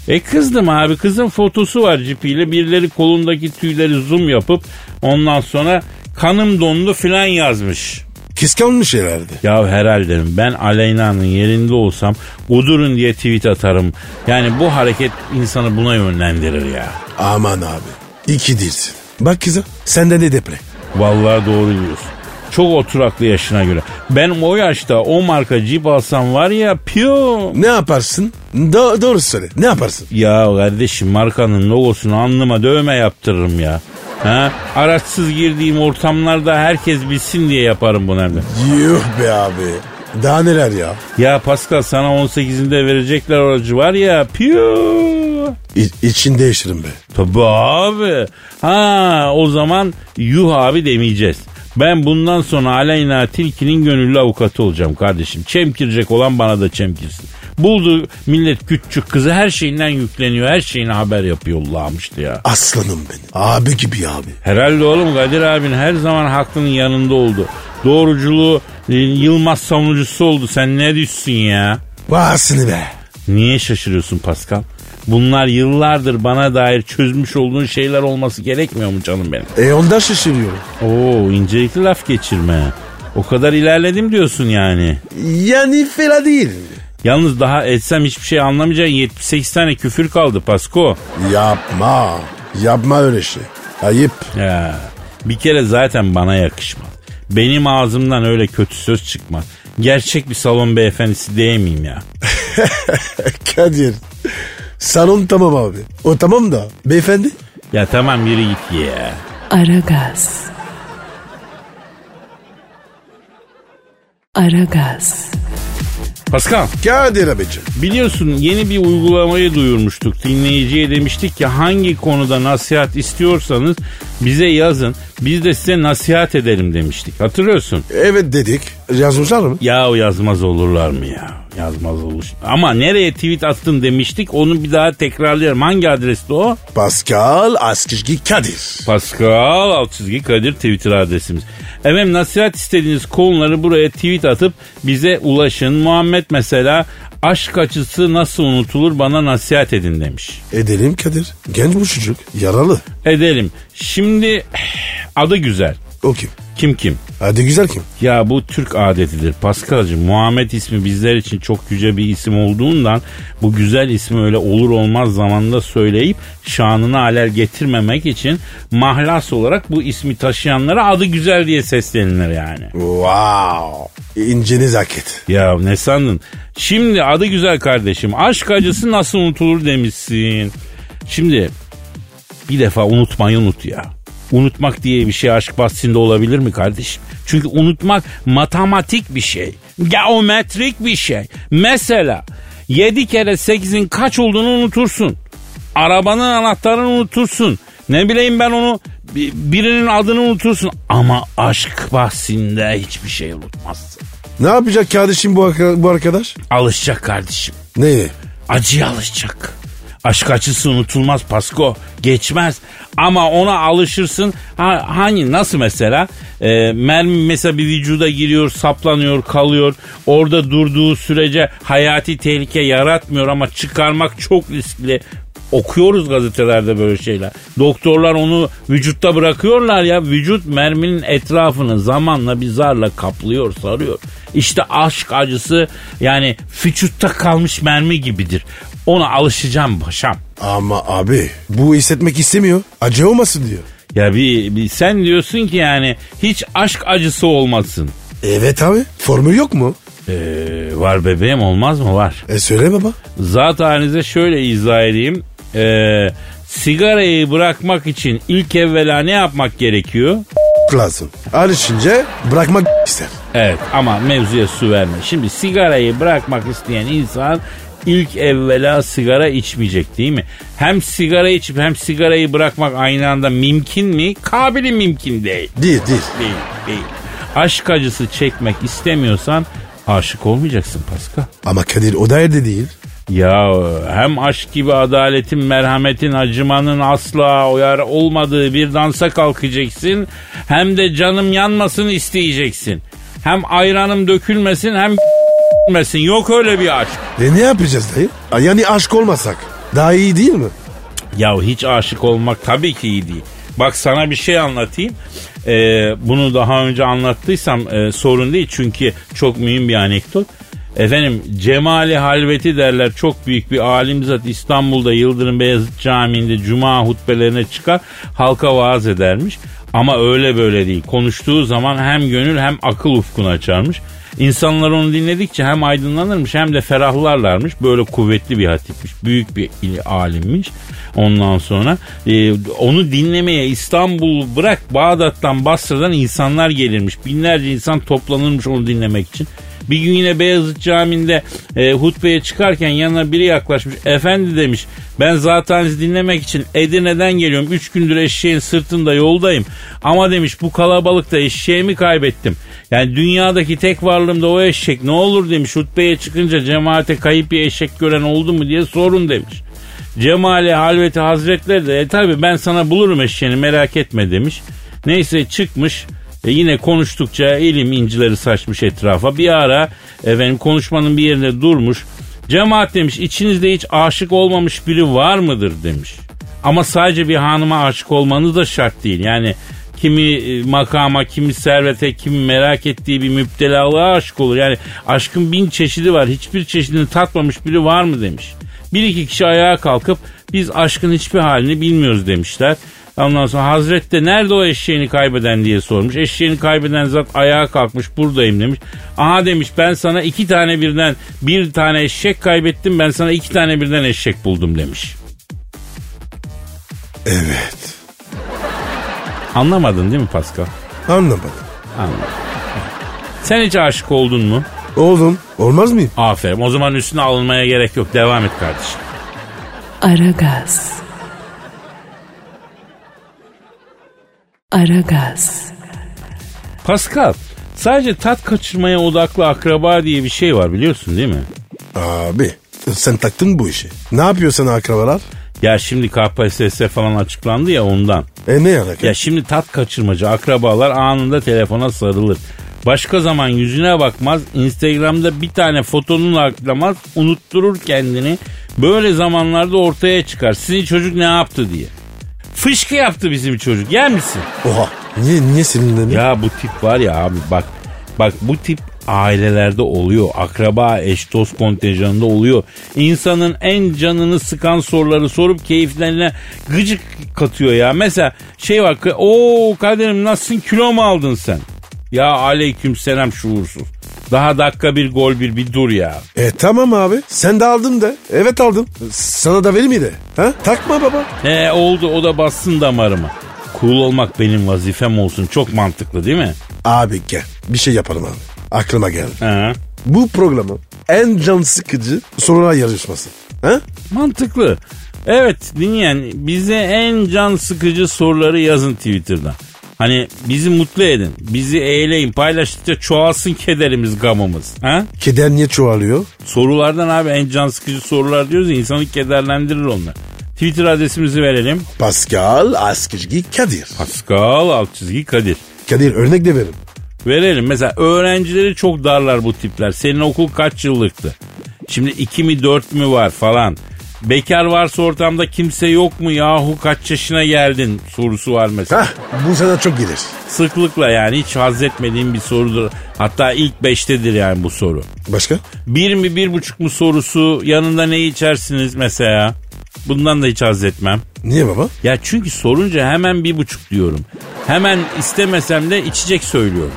Speaker 2: E kızdım abi kızın fotosu var cipiyle birileri kolundaki tüyleri zoom yapıp ondan sonra kanım dondu filan yazmış.
Speaker 3: Kıskanmış herhalde.
Speaker 2: Ya herhalde ben Aleyna'nın yerinde olsam udurun diye tweet atarım. Yani bu hareket insanı buna yönlendirir ya.
Speaker 3: Aman abi. İki değilsin. Bak kıza. Sende de depre.
Speaker 2: Vallahi doğru diyorsun. Çok oturaklı yaşına göre. Ben o yaşta o marka cip alsam var ya piyo.
Speaker 3: Ne yaparsın? Do- doğru söyle. Ne yaparsın?
Speaker 2: Ya kardeşim markanın logosunu alnıma dövme yaptırırım ya. Ha? Araçsız girdiğim ortamlarda herkes bilsin diye yaparım bunu hem de.
Speaker 3: Yuh be abi. Daha neler ya?
Speaker 2: Ya Pascal sana 18'inde verecekler aracı var ya piyo.
Speaker 3: içinde yaşarım be.
Speaker 2: Tabii abi. Ha o zaman yuh abi demeyeceğiz. Ben bundan sonra Aleyna Tilki'nin gönüllü avukatı olacağım kardeşim. Çemkirecek olan bana da çemkirsin. Buldu millet küçük kızı her şeyinden yükleniyor. Her şeyine haber yapıyor Allah'ımıştı ya.
Speaker 3: Aslanım benim. Abi gibi abi.
Speaker 2: Herhalde oğlum Kadir abin her zaman haklının yanında oldu. Doğruculuğu e, Yılmaz savunucusu oldu. Sen ne düşsün ya?
Speaker 3: Vahasını be.
Speaker 2: Niye şaşırıyorsun Pascal? Bunlar yıllardır bana dair çözmüş olduğun şeyler olması gerekmiyor mu canım benim?
Speaker 3: E ondan şaşırıyorum.
Speaker 2: Oo incelikli laf geçirme. O kadar ilerledim diyorsun yani.
Speaker 3: Yani fena değil.
Speaker 2: Yalnız daha etsem hiçbir şey anlamayacaksın. 78 tane küfür kaldı Pasko.
Speaker 3: Yapma. Yapma öyle şey. Ayıp.
Speaker 2: Ya, bir kere zaten bana yakışmaz. Benim ağzımdan öyle kötü söz çıkmaz. Gerçek bir salon beyefendisi değil miyim ya?
Speaker 3: Kadir. Salon tamam abi. O tamam da. Beyefendi.
Speaker 2: Ya tamam yürü git ya.
Speaker 1: Aragaz. Aragaz.
Speaker 2: Pascal
Speaker 3: Kadir abicim.
Speaker 2: biliyorsun yeni bir uygulamayı duyurmuştuk. Dinleyiciye demiştik ki hangi konuda nasihat istiyorsanız bize yazın. Biz de size nasihat edelim demiştik. Hatırlıyorsun.
Speaker 3: Evet dedik. Yazmışlar mı?
Speaker 2: Ya yazmaz olurlar mı ya? Yazmaz olur. Ama nereye tweet attın demiştik onu bir daha tekrarlayalım. Hangi adresti o?
Speaker 3: Pascal Askizgi Kadir.
Speaker 2: Pascal alt çizgi Kadir Twitter adresimiz. Efendim nasihat istediğiniz konuları buraya tweet atıp bize ulaşın. Muhammed mesela aşk açısı nasıl unutulur bana nasihat edin demiş.
Speaker 3: Edelim E Kadir. Genç bu çocuk. Yaralı.
Speaker 2: Edelim. Şimdi adı güzel.
Speaker 3: O kim?
Speaker 2: Kim kim?
Speaker 3: Hadi güzel kim?
Speaker 2: Ya bu Türk adetidir Paskal'cığım. Muhammed ismi bizler için çok yüce bir isim olduğundan bu güzel ismi öyle olur olmaz zamanda söyleyip şanına alel getirmemek için mahlas olarak bu ismi taşıyanlara adı güzel diye seslenilir yani.
Speaker 3: Wow. İnceni zaket.
Speaker 2: Ya ne sandın? Şimdi adı güzel kardeşim. Aşk acısı nasıl unutulur demişsin. Şimdi bir defa unutmayı unut ya. Unutmak diye bir şey aşk bahsinde olabilir mi kardeşim? Çünkü unutmak matematik bir şey. Geometrik bir şey. Mesela 7 kere 8'in kaç olduğunu unutursun. Arabanın anahtarını unutursun. Ne bileyim ben onu bi- birinin adını unutursun. Ama aşk bahsinde hiçbir şey unutmazsın.
Speaker 3: Ne yapacak kardeşim bu, arka- bu arkadaş?
Speaker 2: Alışacak kardeşim.
Speaker 3: Neyi?
Speaker 2: Acıya alışacak. Aşk acısı unutulmaz Pasko. Geçmez. Ama ona alışırsın. Ha, hani nasıl mesela? Ee, mermi mesela bir vücuda giriyor, saplanıyor, kalıyor. Orada durduğu sürece hayati tehlike yaratmıyor ama çıkarmak çok riskli. Okuyoruz gazetelerde böyle şeyler. Doktorlar onu vücutta bırakıyorlar ya. Vücut merminin etrafını zamanla bir zarla kaplıyor, sarıyor. İşte aşk acısı yani vücutta kalmış mermi gibidir. Ona alışacağım paşam.
Speaker 3: Ama abi bu hissetmek istemiyor. Acı olmasın diyor.
Speaker 2: Ya bir, bir sen diyorsun ki yani hiç aşk acısı olmasın.
Speaker 3: Evet abi. Formül yok mu?
Speaker 2: Ee, var bebeğim olmaz mı? Var.
Speaker 3: E söyle baba.
Speaker 2: Zat halinize şöyle izah edeyim. Ee, sigarayı bırakmak için ilk evvela ne yapmak gerekiyor?
Speaker 3: Lazım. Alışınca bırakmak ister.
Speaker 2: Evet ama mevzuya su verme. Şimdi sigarayı bırakmak isteyen insan ilk evvela sigara içmeyecek değil mi? Hem sigara içip hem sigarayı bırakmak aynı anda mümkün mi? Kabili mümkün değil.
Speaker 3: Değil değil.
Speaker 2: Değil, değil. Aşk acısı çekmek istemiyorsan aşık olmayacaksın Pascal.
Speaker 3: Ama Kadir o da erde değil.
Speaker 2: Ya hem aşk gibi adaletin, merhametin, acımanın asla uyar olmadığı bir dansa kalkacaksın. Hem de canım yanmasın isteyeceksin. Hem ayranım dökülmesin hem mesin. Yok öyle bir aşk.
Speaker 3: E ne yapacağız dayı? Ha, Yani aşk olmasak. Daha iyi değil mi?
Speaker 2: Ya hiç aşık olmak tabii ki iyi değil. Bak sana bir şey anlatayım. Ee, bunu daha önce anlattıysam e, sorun değil çünkü çok mühim bir anekdot. Efendim Cemali Halveti derler çok büyük bir alim zat İstanbul'da Yıldırım Beyazıt Camii'nde cuma hutbelerine çıkar halka vaaz edermiş. Ama öyle böyle değil. Konuştuğu zaman hem gönül hem akıl ufkunu açarmış. İnsanlar onu dinledikçe hem aydınlanırmış hem de ferahlarlarmış. Böyle kuvvetli bir hatipmiş. Büyük bir il- alimmiş. Ondan sonra e, onu dinlemeye İstanbul bırak Bağdat'tan Basra'dan insanlar gelirmiş. Binlerce insan toplanırmış onu dinlemek için. Bir gün yine Beyazıt Camii'nde e, hutbeye çıkarken yanına biri yaklaşmış. Efendi demiş ben zaten sizi dinlemek için Edirne'den geliyorum. Üç gündür eşeğin sırtında yoldayım. Ama demiş bu kalabalıkta eşeğimi kaybettim. Yani dünyadaki tek varlığım da o eşek. Ne olur demiş hutbeye çıkınca cemaate kayıp bir eşek gören oldu mu diye sorun demiş. Cemali Halveti Hazretleri de e tabi ben sana bulurum eşeğini merak etme demiş. Neyse çıkmış e yine konuştukça ilim incileri saçmış etrafa. Bir ara efendim konuşmanın bir yerinde durmuş. Cemaat demiş içinizde hiç aşık olmamış biri var mıdır demiş. Ama sadece bir hanıma aşık olmanız da şart değil. Yani kimi e, makama, kimi servete, kimi merak ettiği bir müptelalığa aşık olur. Yani aşkın bin çeşidi var. Hiçbir çeşidini tatmamış biri var mı demiş. Bir iki kişi ayağa kalkıp biz aşkın hiçbir halini bilmiyoruz demişler. Ondan sonra Hazret de nerede o eşeğini kaybeden diye sormuş. Eşeğini kaybeden zat ayağa kalkmış buradayım demiş. Aha demiş ben sana iki tane birden bir tane eşek kaybettim ben sana iki tane birden eşek buldum demiş.
Speaker 3: Evet.
Speaker 2: Anlamadın değil mi Pascal?
Speaker 3: Anlamadım.
Speaker 2: Sen hiç aşık oldun mu?
Speaker 3: Oğlum olmaz mıyım?
Speaker 2: Aferin o zaman üstüne alınmaya gerek yok devam et kardeşim.
Speaker 1: Aragaz. Aragaz.
Speaker 2: Pascal sadece tat kaçırmaya odaklı akraba diye bir şey var biliyorsun değil mi?
Speaker 3: Abi sen taktın bu işi. Ne yapıyorsun akrabalar?
Speaker 2: Ya şimdi KPSS falan açıklandı ya ondan.
Speaker 3: E ne yarak?
Speaker 2: Ya şimdi tat kaçırmacı akrabalar anında telefona sarılır. Başka zaman yüzüne bakmaz, Instagram'da bir tane fotonunu aklamaz, unutturur kendini. Böyle zamanlarda ortaya çıkar. Sizin çocuk ne yaptı diye. Fışkı yaptı bizim çocuk. Yer misin?
Speaker 3: Oha. Niye, niye sinirlendin?
Speaker 2: Ya bu tip var ya abi bak. Bak bu tip ailelerde oluyor. Akraba, eş, dost kontenjanında oluyor. İnsanın en canını sıkan soruları sorup keyiflerine gıcık katıyor ya. Mesela şey var. o kaderim nasılsın kilo mu aldın sen? Ya aleyküm selam şuursuz. Daha dakika bir gol bir bir dur ya.
Speaker 3: E tamam abi. Sen de aldın da. Evet aldım. Sana da verir miydi? Ha? Takma baba.
Speaker 2: He oldu o da bassın damarıma. Cool olmak benim vazifem olsun. Çok mantıklı değil mi?
Speaker 3: Abi gel. Bir şey yapalım abi. Aklıma geldi.
Speaker 2: He.
Speaker 3: Bu programın en can sıkıcı sorular yarışması. Ha?
Speaker 2: Mantıklı. Evet dinleyen bize en can sıkıcı soruları yazın Twitter'dan. Hani bizi mutlu edin, bizi eğleyin, paylaştıkça çoğalsın kederimiz, gamımız. Ha?
Speaker 3: Keder niye çoğalıyor?
Speaker 2: Sorulardan abi en can sıkıcı sorular diyoruz ya insanı kederlendirir onlar. Twitter adresimizi verelim.
Speaker 3: Pascal Askizgi Kadir.
Speaker 2: Pascal alt çizgi Kadir.
Speaker 3: Kadir örnek de verin.
Speaker 2: Verelim. Mesela öğrencileri çok darlar bu tipler. Senin okul kaç yıllıktı? Şimdi iki mi dört mü var falan. Bekar varsa ortamda kimse yok mu yahu kaç yaşına geldin sorusu var mesela.
Speaker 3: Hah bu sana çok gelir.
Speaker 2: Sıklıkla yani hiç haz etmediğim bir sorudur. Hatta ilk beştedir yani bu soru.
Speaker 3: Başka?
Speaker 2: Bir mi bir buçuk mu sorusu yanında ne içersiniz mesela? Bundan da hiç haz etmem.
Speaker 3: Niye baba?
Speaker 2: Ya çünkü sorunca hemen bir buçuk diyorum. Hemen istemesem de içecek söylüyorum.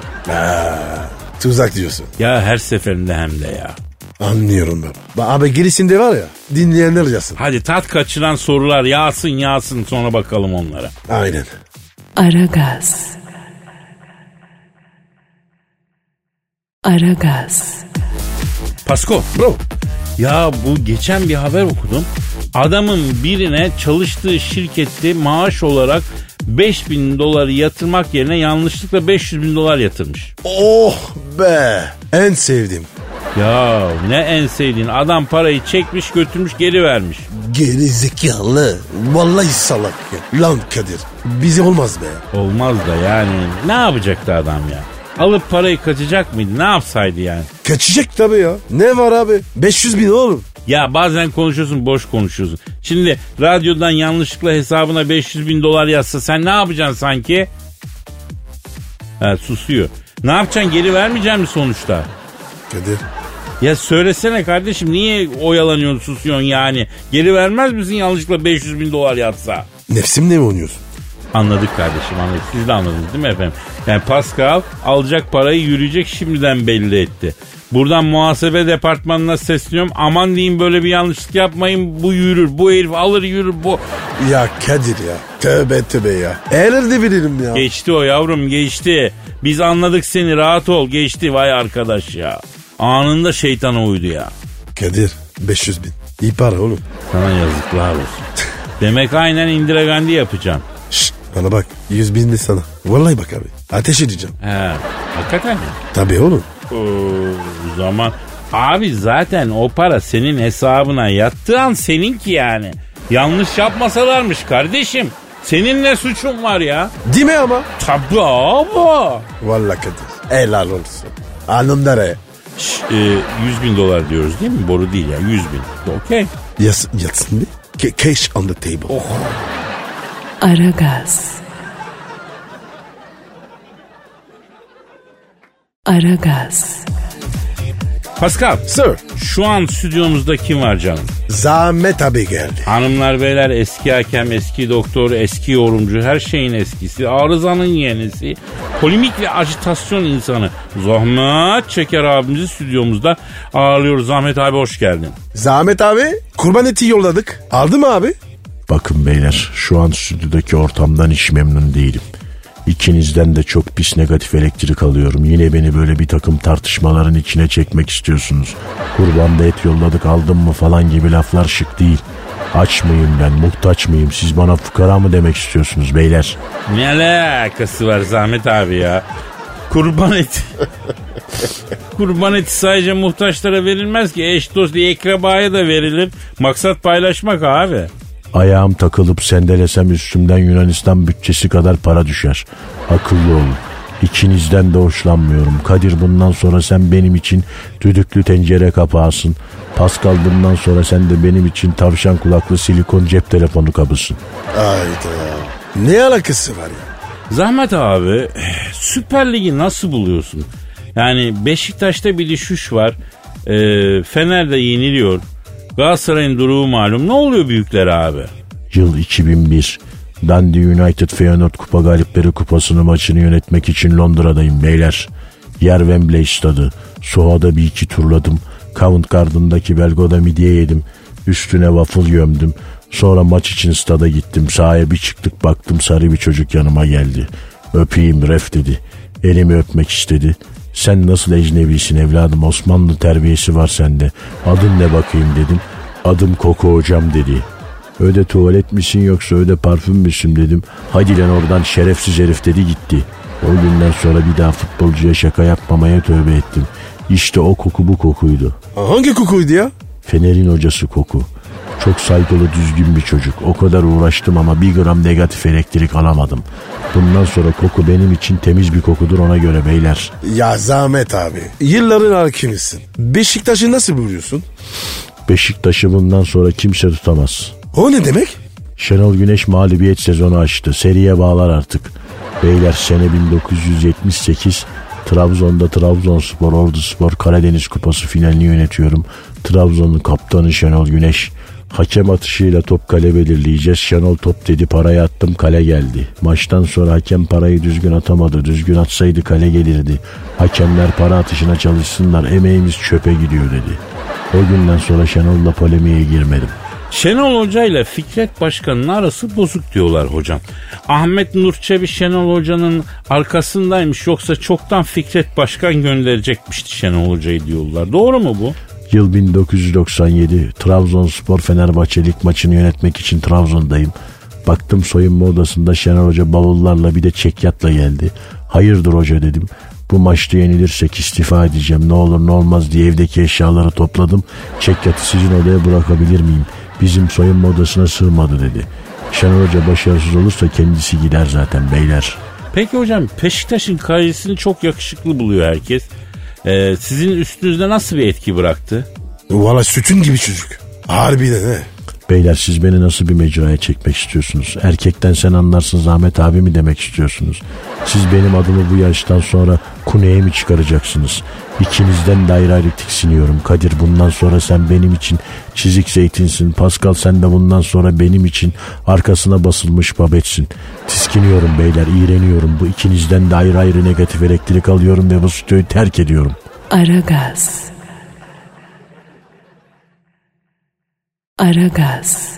Speaker 3: Tuzak diyorsun.
Speaker 2: Ya her seferinde hem de ya.
Speaker 3: Anlıyorum baba. Ba- Abi gerisinde var ya dinleyenler yazsın.
Speaker 2: Hadi tat kaçıran sorular yağsın yağsın sonra bakalım onlara.
Speaker 3: Aynen.
Speaker 1: Aragaz. Aragaz.
Speaker 2: Pasko.
Speaker 3: Bravo.
Speaker 2: Ya bu geçen bir haber okudum. Adamın birine çalıştığı şirkette maaş olarak 5000 doları yatırmak yerine yanlışlıkla 500 bin dolar yatırmış.
Speaker 3: Oh be. En sevdim.
Speaker 2: Ya ne en sevdiğin adam parayı çekmiş götürmüş geri vermiş.
Speaker 3: Geri zekalı. Vallahi salak ya. Lan Kadir. Bize olmaz be.
Speaker 2: Olmaz da yani ne yapacaktı adam ya? Alıp parayı kaçacak mıydı ne yapsaydı yani?
Speaker 3: Kaçacak tabii ya. Ne var abi? 500 bin oğlum.
Speaker 2: Ya bazen konuşuyorsun boş konuşuyorsun. Şimdi radyodan yanlışlıkla hesabına 500 bin dolar yazsa sen ne yapacaksın sanki? Ha, susuyor. Ne yapacaksın geri vermeyecek mi sonuçta?
Speaker 3: Kadir.
Speaker 2: Ya söylesene kardeşim niye oyalanıyorsun susuyorsun yani? Geri vermez misin yanlışlıkla 500 bin dolar yatsa?
Speaker 3: Nefsimle mi oynuyorsun?
Speaker 2: Anladık kardeşim anladık. Siz de anladınız değil mi efendim? Yani Pascal alacak parayı yürüyecek şimdiden belli etti. Buradan muhasebe departmanına sesleniyorum. Aman diyeyim böyle bir yanlışlık yapmayın. Bu yürür. Bu herif alır yürür. Bu
Speaker 3: Ya Kadir ya. Tövbe tövbe ya. Ererde bilirim ya.
Speaker 2: Geçti o yavrum geçti. Biz anladık seni rahat ol. Geçti vay arkadaş ya. Anında şeytana uydu ya.
Speaker 3: Kadir 500 bin. İyi para oğlum.
Speaker 2: Sana yazıklar olsun. Demek aynen Indira Gandhi yapacağım.
Speaker 3: Şşt bana bak 100 bin de sana. Vallahi bak abi ateş edeceğim.
Speaker 2: He, hakikaten mi?
Speaker 3: Tabii oğlum.
Speaker 2: Oo, o zaman abi zaten o para senin hesabına yattığı an seninki yani. Yanlış yapmasalarmış kardeşim. Senin ne suçun var ya?
Speaker 3: Değil mi ama?
Speaker 2: Tabii abi.
Speaker 3: Vallahi Kadir helal olsun. Anımda re.
Speaker 2: Şş, e, 100 bin dolar diyoruz değil mi? Boru değil ya 100 bin. Okey.
Speaker 3: Yas, yatsın mı? Ke- cash on the table.
Speaker 1: Aragaz. Aragaz.
Speaker 2: Pascal
Speaker 3: Sir.
Speaker 2: şu an stüdyomuzda kim var canım?
Speaker 3: Zahmet abi geldi.
Speaker 2: Hanımlar beyler eski hakem, eski doktor, eski yorumcu her şeyin eskisi. Arızanın yenisi. Polemik ve ajitasyon insanı. Zahmet Çeker abimizi stüdyomuzda ağırlıyoruz. Zahmet abi hoş geldin.
Speaker 3: Zahmet abi kurban eti yolladık. Aldı mı abi?
Speaker 6: Bakın beyler şu an stüdyodaki ortamdan hiç memnun değilim. İkinizden de çok pis negatif elektrik alıyorum. Yine beni böyle bir takım tartışmaların içine çekmek istiyorsunuz. Kurbanda et yolladık aldın mı falan gibi laflar şık değil. Aç mıyım ben muhtaç mıyım siz bana fukara mı demek istiyorsunuz beyler?
Speaker 2: Ne alakası var Zahmet abi ya? Kurban eti. Kurban eti sadece muhtaçlara verilmez ki. Eş dost diye ekrabaya da verilir. Maksat paylaşmak abi.
Speaker 6: Ayağım takılıp sendelesem üstümden Yunanistan bütçesi kadar para düşer. Akıllı olun. İkinizden de hoşlanmıyorum. Kadir bundan sonra sen benim için düdüklü tencere kapağısın. Pascal bundan sonra sen de benim için tavşan kulaklı silikon cep telefonu kabısın.
Speaker 3: Hayda. Ne alakası var ya?
Speaker 2: Zahmet abi Süper Lig'i nasıl buluyorsun? Yani Beşiktaş'ta bir düşüş var. Ee, Fener de yeniliyor. Galatasaray'ın durumu malum. Ne oluyor büyükler abi?
Speaker 6: Yıl 2001. Dundee United Feyenoord Kupa Galipleri Kupası'nı maçını yönetmek için Londra'dayım beyler. Yer Wembley stadı. Soha'da bir iki turladım. Covent Garden'daki Belgoda midye yedim. Üstüne waffle gömdüm. Sonra maç için stada gittim. Sahaya bir çıktık baktım sarı bir çocuk yanıma geldi. Öpeyim ref dedi. Elimi öpmek istedi. Sen nasıl ecnebisin evladım Osmanlı terbiyesi var sende. Adın ne bakayım dedim. Adım Koko hocam dedi. Öde tuvalet misin yoksa öde parfüm müsün dedim. Hadi lan oradan şerefsiz herif dedi gitti. O günden sonra bir daha futbolcuya şaka yapmamaya tövbe ettim. İşte o koku bu kokuydu.
Speaker 3: Hangi kokuydu ya?
Speaker 6: Fener'in hocası koku. Çok saygılı düzgün bir çocuk. O kadar uğraştım ama bir gram negatif elektrik alamadım. Bundan sonra koku benim için temiz bir kokudur ona göre beyler.
Speaker 3: Ya Zahmet abi. Yılların hakimisin. Beşiktaş'ı nasıl buluyorsun?
Speaker 6: Beşiktaş'ı bundan sonra kimse tutamaz.
Speaker 3: O ne demek?
Speaker 6: Şenol Güneş mağlubiyet sezonu açtı. Seriye bağlar artık. Beyler sene 1978 Trabzon'da Trabzonspor, Orduspor, Karadeniz Kupası finalini yönetiyorum. Trabzon'un kaptanı Şenol Güneş. Hakem atışıyla top kale belirleyeceğiz. Şenol top dedi parayı attım kale geldi. Maçtan sonra hakem parayı düzgün atamadı. Düzgün atsaydı kale gelirdi. Hakemler para atışına çalışsınlar emeğimiz çöpe gidiyor dedi. O günden sonra Şenol'la polemiğe girmedim.
Speaker 2: Şenol Hoca ile Fikret Başkan'ın arası bozuk diyorlar hocam. Ahmet Nur Çebi Şenol Hoca'nın arkasındaymış yoksa çoktan Fikret Başkan gönderecekmişti Şenol Hoca'yı diyorlar. Doğru mu bu?
Speaker 6: Yıl 1997 Trabzonspor Fenerbahçe lig maçını yönetmek için Trabzon'dayım. Baktım soyunma odasında Şener Hoca bavullarla bir de çekyatla geldi. Hayırdır hoca dedim. Bu maçta yenilirsek istifa edeceğim. Ne olur ne olmaz diye evdeki eşyaları topladım. Çekyatı sizin odaya bırakabilir miyim? Bizim soyunma odasına sığmadı dedi. Şener Hoca başarısız olursa kendisi gider zaten beyler.
Speaker 2: Peki hocam Beşiktaş'ın kalecisini çok yakışıklı buluyor herkes. Ee, sizin üstünüzde nasıl bir etki bıraktı?
Speaker 3: Valla sütün gibi çocuk. Harbiden he.
Speaker 6: Beyler siz beni nasıl bir mecraya çekmek istiyorsunuz? Erkekten sen anlarsın Zahmet abi mi demek istiyorsunuz? Siz benim adımı bu yaştan sonra kuneye mi çıkaracaksınız? İkinizden de ayrı ayrı tiksiniyorum. Kadir bundan sonra sen benim için çizik zeytinsin. Pascal sen de bundan sonra benim için arkasına basılmış babetsin. Tiskiniyorum beyler iğreniyorum. Bu ikinizden de ayrı ayrı negatif elektrik alıyorum ve bu stüdyoyu terk ediyorum.
Speaker 1: Aragaz. Aragaz.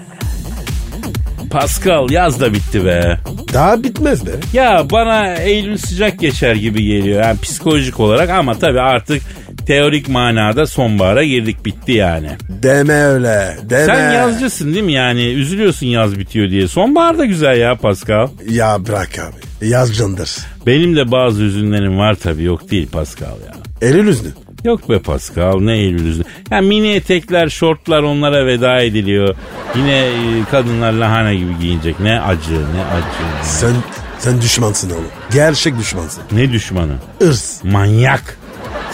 Speaker 2: Pascal yaz da bitti be.
Speaker 3: Daha bitmez be.
Speaker 2: Ya bana Eylül sıcak geçer gibi geliyor yani psikolojik olarak ama tabii artık teorik manada sonbahara girdik bitti yani.
Speaker 3: Deme öyle. Deme.
Speaker 2: Sen yazcısın değil mi yani üzülüyorsun yaz bitiyor diye. Sonbahar da güzel ya Pascal.
Speaker 3: Ya bırak abi. Yazgındır.
Speaker 2: Benim de bazı üzünlerim var tabii yok değil Pascal ya.
Speaker 3: Eylül üzdü.
Speaker 2: Yok be Pascal ne Eylül üzü. Ya mini etekler, şortlar onlara veda ediliyor. Yine e, kadınlar lahana gibi giyinecek. Ne acı, ne acı.
Speaker 3: Sen, sen düşmansın oğlum. Gerçek düşmansın.
Speaker 2: Ne düşmanı?
Speaker 3: Irs.
Speaker 2: Manyak.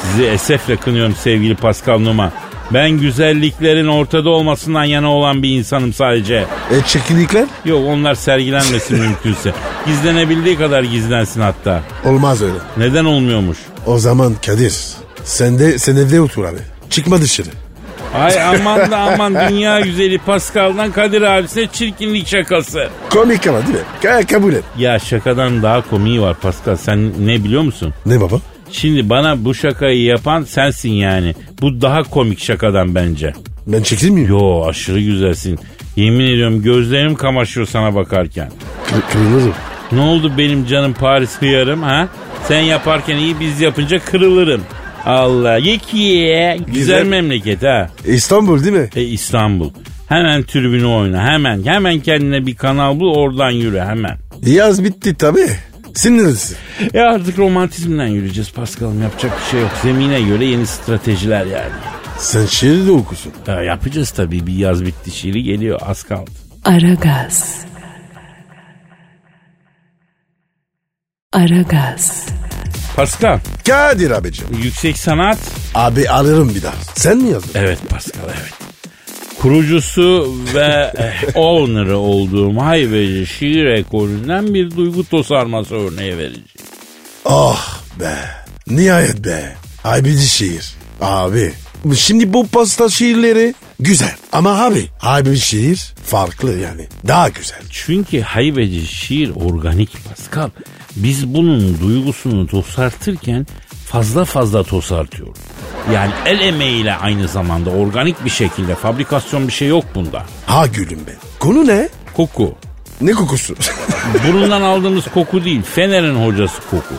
Speaker 2: Sizi esefle kınıyorum sevgili Pascal Numa. Ben güzelliklerin ortada olmasından yana olan bir insanım sadece.
Speaker 3: E çekinikler?
Speaker 2: Yok onlar sergilenmesin mümkünse. Gizlenebildiği kadar gizlensin hatta.
Speaker 3: Olmaz öyle.
Speaker 2: Neden olmuyormuş?
Speaker 3: O zaman Kadir sen de sen evde otur abi. Çıkma dışarı.
Speaker 2: Ay aman da aman dünya güzeli Pascal'dan Kadir abisine çirkinlik şakası.
Speaker 3: Komik ama değil mi? Ka- kabul et.
Speaker 2: Ya şakadan daha komiği var Pascal. Sen ne biliyor musun?
Speaker 3: Ne baba?
Speaker 2: Şimdi bana bu şakayı yapan sensin yani. Bu daha komik şakadan bence.
Speaker 3: Ben çekilir miyim?
Speaker 2: Yo aşırı güzelsin. Yemin ediyorum gözlerim kamaşıyor sana bakarken.
Speaker 3: Kı- kırılırım.
Speaker 2: Ne oldu benim canım Paris hıyarım ha? Sen yaparken iyi biz yapınca kırılırım. Allah yeki ye. Güzel,
Speaker 3: Güzel.
Speaker 2: memleket ha.
Speaker 3: İstanbul değil mi?
Speaker 2: E İstanbul. Hemen tribünü oyna hemen. Hemen kendine bir kanal bul oradan yürü hemen.
Speaker 3: Yaz bitti tabii. Sinirlisin.
Speaker 2: E artık romantizmden yürüyeceğiz Paskal'ım yapacak bir şey yok. Zemine göre yeni stratejiler yani.
Speaker 3: Sen şiir de okusun.
Speaker 2: Ya yapacağız tabii bir yaz bitti şiiri geliyor az kaldı.
Speaker 1: Aragaz. Aragaz.
Speaker 2: Pascal
Speaker 3: Kadir abicim.
Speaker 2: yüksek sanat
Speaker 3: Abi alırım bir daha. Sen mi yazdın?
Speaker 2: Evet Pascal evet. Kurucusu ve eh, owner'ı olduğum hayveci şiir ekolünden bir duygu tosarması örneği vereceğim.
Speaker 3: Ah be. Nihayet be. Abici şiir. Abi. Şimdi bu pasta şiirleri güzel. Ama abi. Abi şiir farklı yani. Daha güzel.
Speaker 2: Çünkü hayveci şiir organik Pascal. Biz bunun duygusunu tosartırken fazla fazla tosartıyoruz. Yani el emeğiyle aynı zamanda organik bir şekilde fabrikasyon bir şey yok bunda.
Speaker 3: Ha gülüm be. Konu ne?
Speaker 2: Koku.
Speaker 3: Ne kokusu?
Speaker 2: Burundan aldığımız koku değil, Fener'in hocası koku.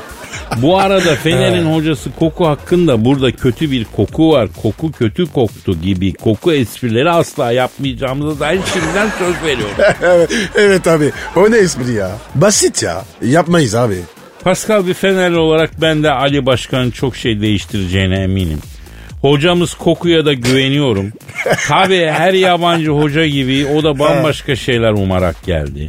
Speaker 2: Bu arada Fener'in hocası koku hakkında burada kötü bir koku var. Koku kötü koktu gibi koku esprileri asla yapmayacağımıza dair şimdiden söz veriyorum.
Speaker 3: evet, evet abi. O ne espri ya? Basit ya. Yapmayız abi.
Speaker 2: Pascal bir Fenerli olarak ben de Ali Başkan'ın çok şey değiştireceğine eminim. Hocamız kokuya da güveniyorum. Tabii her yabancı hoca gibi o da bambaşka şeyler umarak geldi.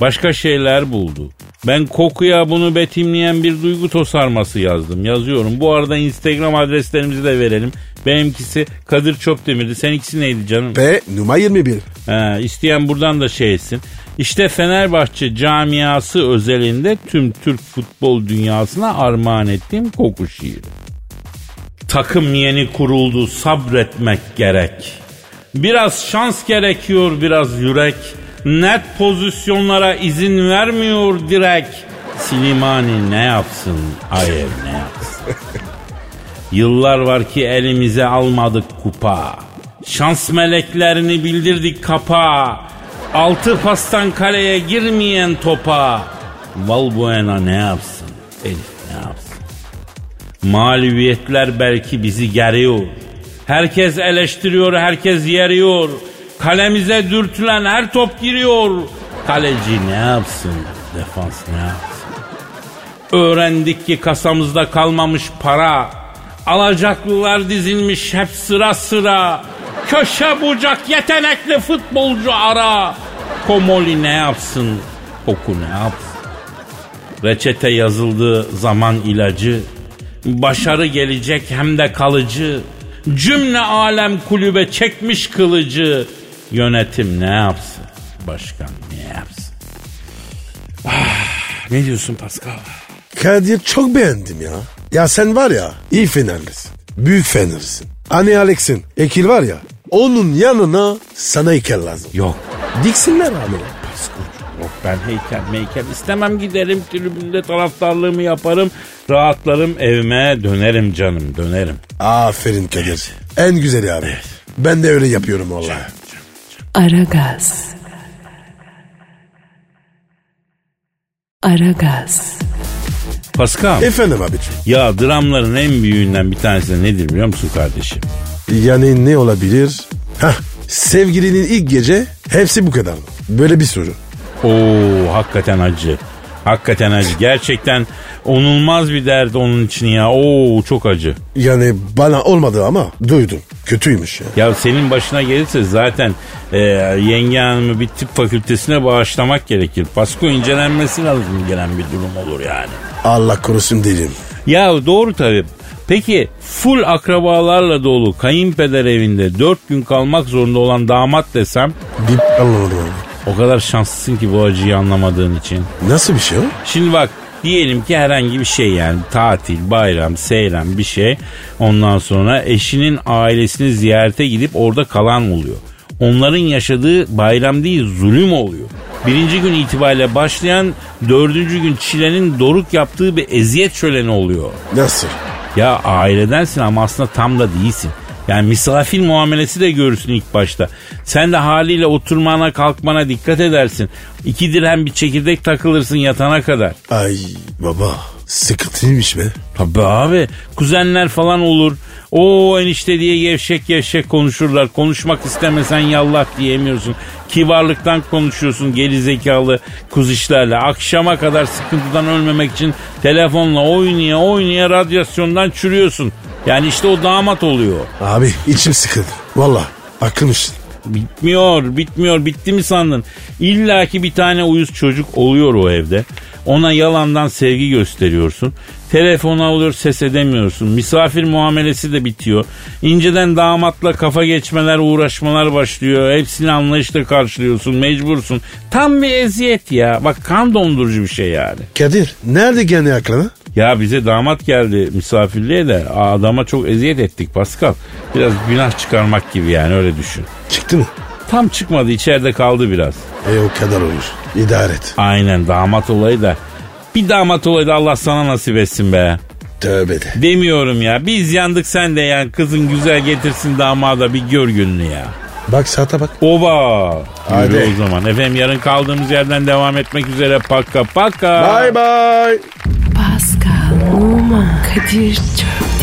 Speaker 2: Başka şeyler buldu. Ben kokuya bunu betimleyen bir duygu tosarması yazdım. Yazıyorum. Bu arada Instagram adreslerimizi de verelim. Benimkisi Kadir Çöpdemir'di. Seninkisi neydi canım?
Speaker 3: Ve numara 21.
Speaker 2: He, isteyen buradan da şey etsin. İşte Fenerbahçe camiası özelinde tüm Türk futbol dünyasına armağan ettiğim koku şiiri. Takım yeni kuruldu sabretmek gerek. Biraz şans gerekiyor biraz yürek. Net pozisyonlara izin vermiyor direk. Silimani ne yapsın? Hayır ne yapsın? Yıllar var ki elimize almadık kupa. Şans meleklerini bildirdik kapa. Altı pastan kaleye girmeyen topa. Valbuena ne yapsın? Elif ne yapsın? Mağlubiyetler belki bizi geriyor. Herkes eleştiriyor, herkes yeriyor. Kalemize dürtülen her top giriyor. Kaleci ne yapsın? Defans ne yapsın? Öğrendik ki kasamızda kalmamış para. Alacaklılar dizilmiş hep sıra sıra. Köşe bucak yetenekli futbolcu ara. Komoli ne yapsın? Koku ne yapsın? Reçete yazıldığı zaman ilacı. Başarı gelecek hem de kalıcı. Cümle alem kulübe çekmiş kılıcı. Yönetim ne yapsın? Başkan ne yapsın? Ah, ne diyorsun Pascal?
Speaker 3: Kadir çok beğendim ya. Ya sen var ya iyi Fenerlisin. Büyük Fenerlisin. Hani Alex'in ekil var ya. Onun yanına sana heykel lazım.
Speaker 2: Yok.
Speaker 3: Diksinler abi.
Speaker 2: Yok ben heykel meykel istemem giderim tribünde taraftarlığımı yaparım. Rahatlarım evime dönerim canım dönerim.
Speaker 3: Aferin Kadir. En güzeli abi. Ben de öyle yapıyorum vallahi.
Speaker 1: Aragaz. Aragaz.
Speaker 2: Pascal
Speaker 3: Efendim abiciğim.
Speaker 2: ya dramların en büyüğünden bir tanesi de nedir biliyor musun kardeşim?
Speaker 3: Yani ne olabilir? Hah. Sevgilinin ilk gece hepsi bu kadar mı? Böyle bir soru.
Speaker 2: Oo hakikaten acı. Hakikaten acı. Gerçekten onulmaz bir dert onun için ya. Oo çok acı.
Speaker 3: Yani bana olmadı ama duydum. Kötüymüş ya.
Speaker 2: Ya senin başına gelirse zaten e, yenge hanımı bir tıp fakültesine bağışlamak gerekir. Pasko incelenmesi lazım gelen bir durum olur yani.
Speaker 3: Allah korusun dedim.
Speaker 2: Ya doğru tabii. Peki full akrabalarla dolu kayınpeder evinde dört gün kalmak zorunda olan damat desem
Speaker 3: Bir anlamadım abi.
Speaker 2: o kadar şanslısın ki bu acıyı anlamadığın için.
Speaker 3: Nasıl bir şey o?
Speaker 2: Şimdi bak diyelim ki herhangi bir şey yani tatil, bayram, seyran bir şey. Ondan sonra eşinin ailesini ziyarete gidip orada kalan oluyor. Onların yaşadığı bayram değil zulüm oluyor. Birinci gün itibariyle başlayan dördüncü gün çilenin doruk yaptığı bir eziyet şöleni oluyor.
Speaker 3: Nasıl?
Speaker 2: Ya ailedensin ama aslında tam da değilsin. Yani misafir muamelesi de görürsün ilk başta. Sen de haliyle oturmana kalkmana dikkat edersin. İki dirhem bir çekirdek takılırsın yatana kadar.
Speaker 3: Ay baba sıkıntıymış be.
Speaker 2: Tabii abi kuzenler falan olur. O enişte diye gevşek gevşek konuşurlar. Konuşmak istemesen yallah diyemiyorsun. Kibarlıktan konuşuyorsun geri zekalı kuz işlerle. Akşama kadar sıkıntıdan ölmemek için telefonla oynaya oynaya radyasyondan çürüyorsun. Yani işte o damat oluyor.
Speaker 3: Abi içim sıkıldı. Valla aklım işte.
Speaker 2: Bitmiyor, bitmiyor. Bitti mi sandın? İlla ki bir tane uyuz çocuk oluyor o evde. Ona yalandan sevgi gösteriyorsun. Telefon alıyor ses edemiyorsun. Misafir muamelesi de bitiyor. İnceden damatla kafa geçmeler uğraşmalar başlıyor. Hepsini anlayışla karşılıyorsun. Mecbursun. Tam bir eziyet ya. Bak kan dondurucu bir şey yani.
Speaker 3: Kadir nerede geldi aklına?
Speaker 2: Ya bize damat geldi misafirliğe de adama çok eziyet ettik Pascal. Biraz günah çıkarmak gibi yani öyle düşün.
Speaker 3: Çıktı mı?
Speaker 2: Tam çıkmadı içeride kaldı biraz.
Speaker 3: E o kadar olur. İdare et.
Speaker 2: Aynen damat olayı da. Bir damat olayı da Allah sana nasip etsin be.
Speaker 3: Tövbe de.
Speaker 2: Demiyorum ya biz yandık sen de yani kızın güzel getirsin damada bir gör gününü ya.
Speaker 3: Bak saate bak.
Speaker 2: Oba.
Speaker 3: Hadi.
Speaker 2: Yürü o zaman. Efendim yarın kaldığımız yerden devam etmek üzere. Paka paka.
Speaker 3: Bye bye.
Speaker 1: Pascal, Oman, Kadir çok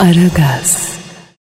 Speaker 1: Aragaz.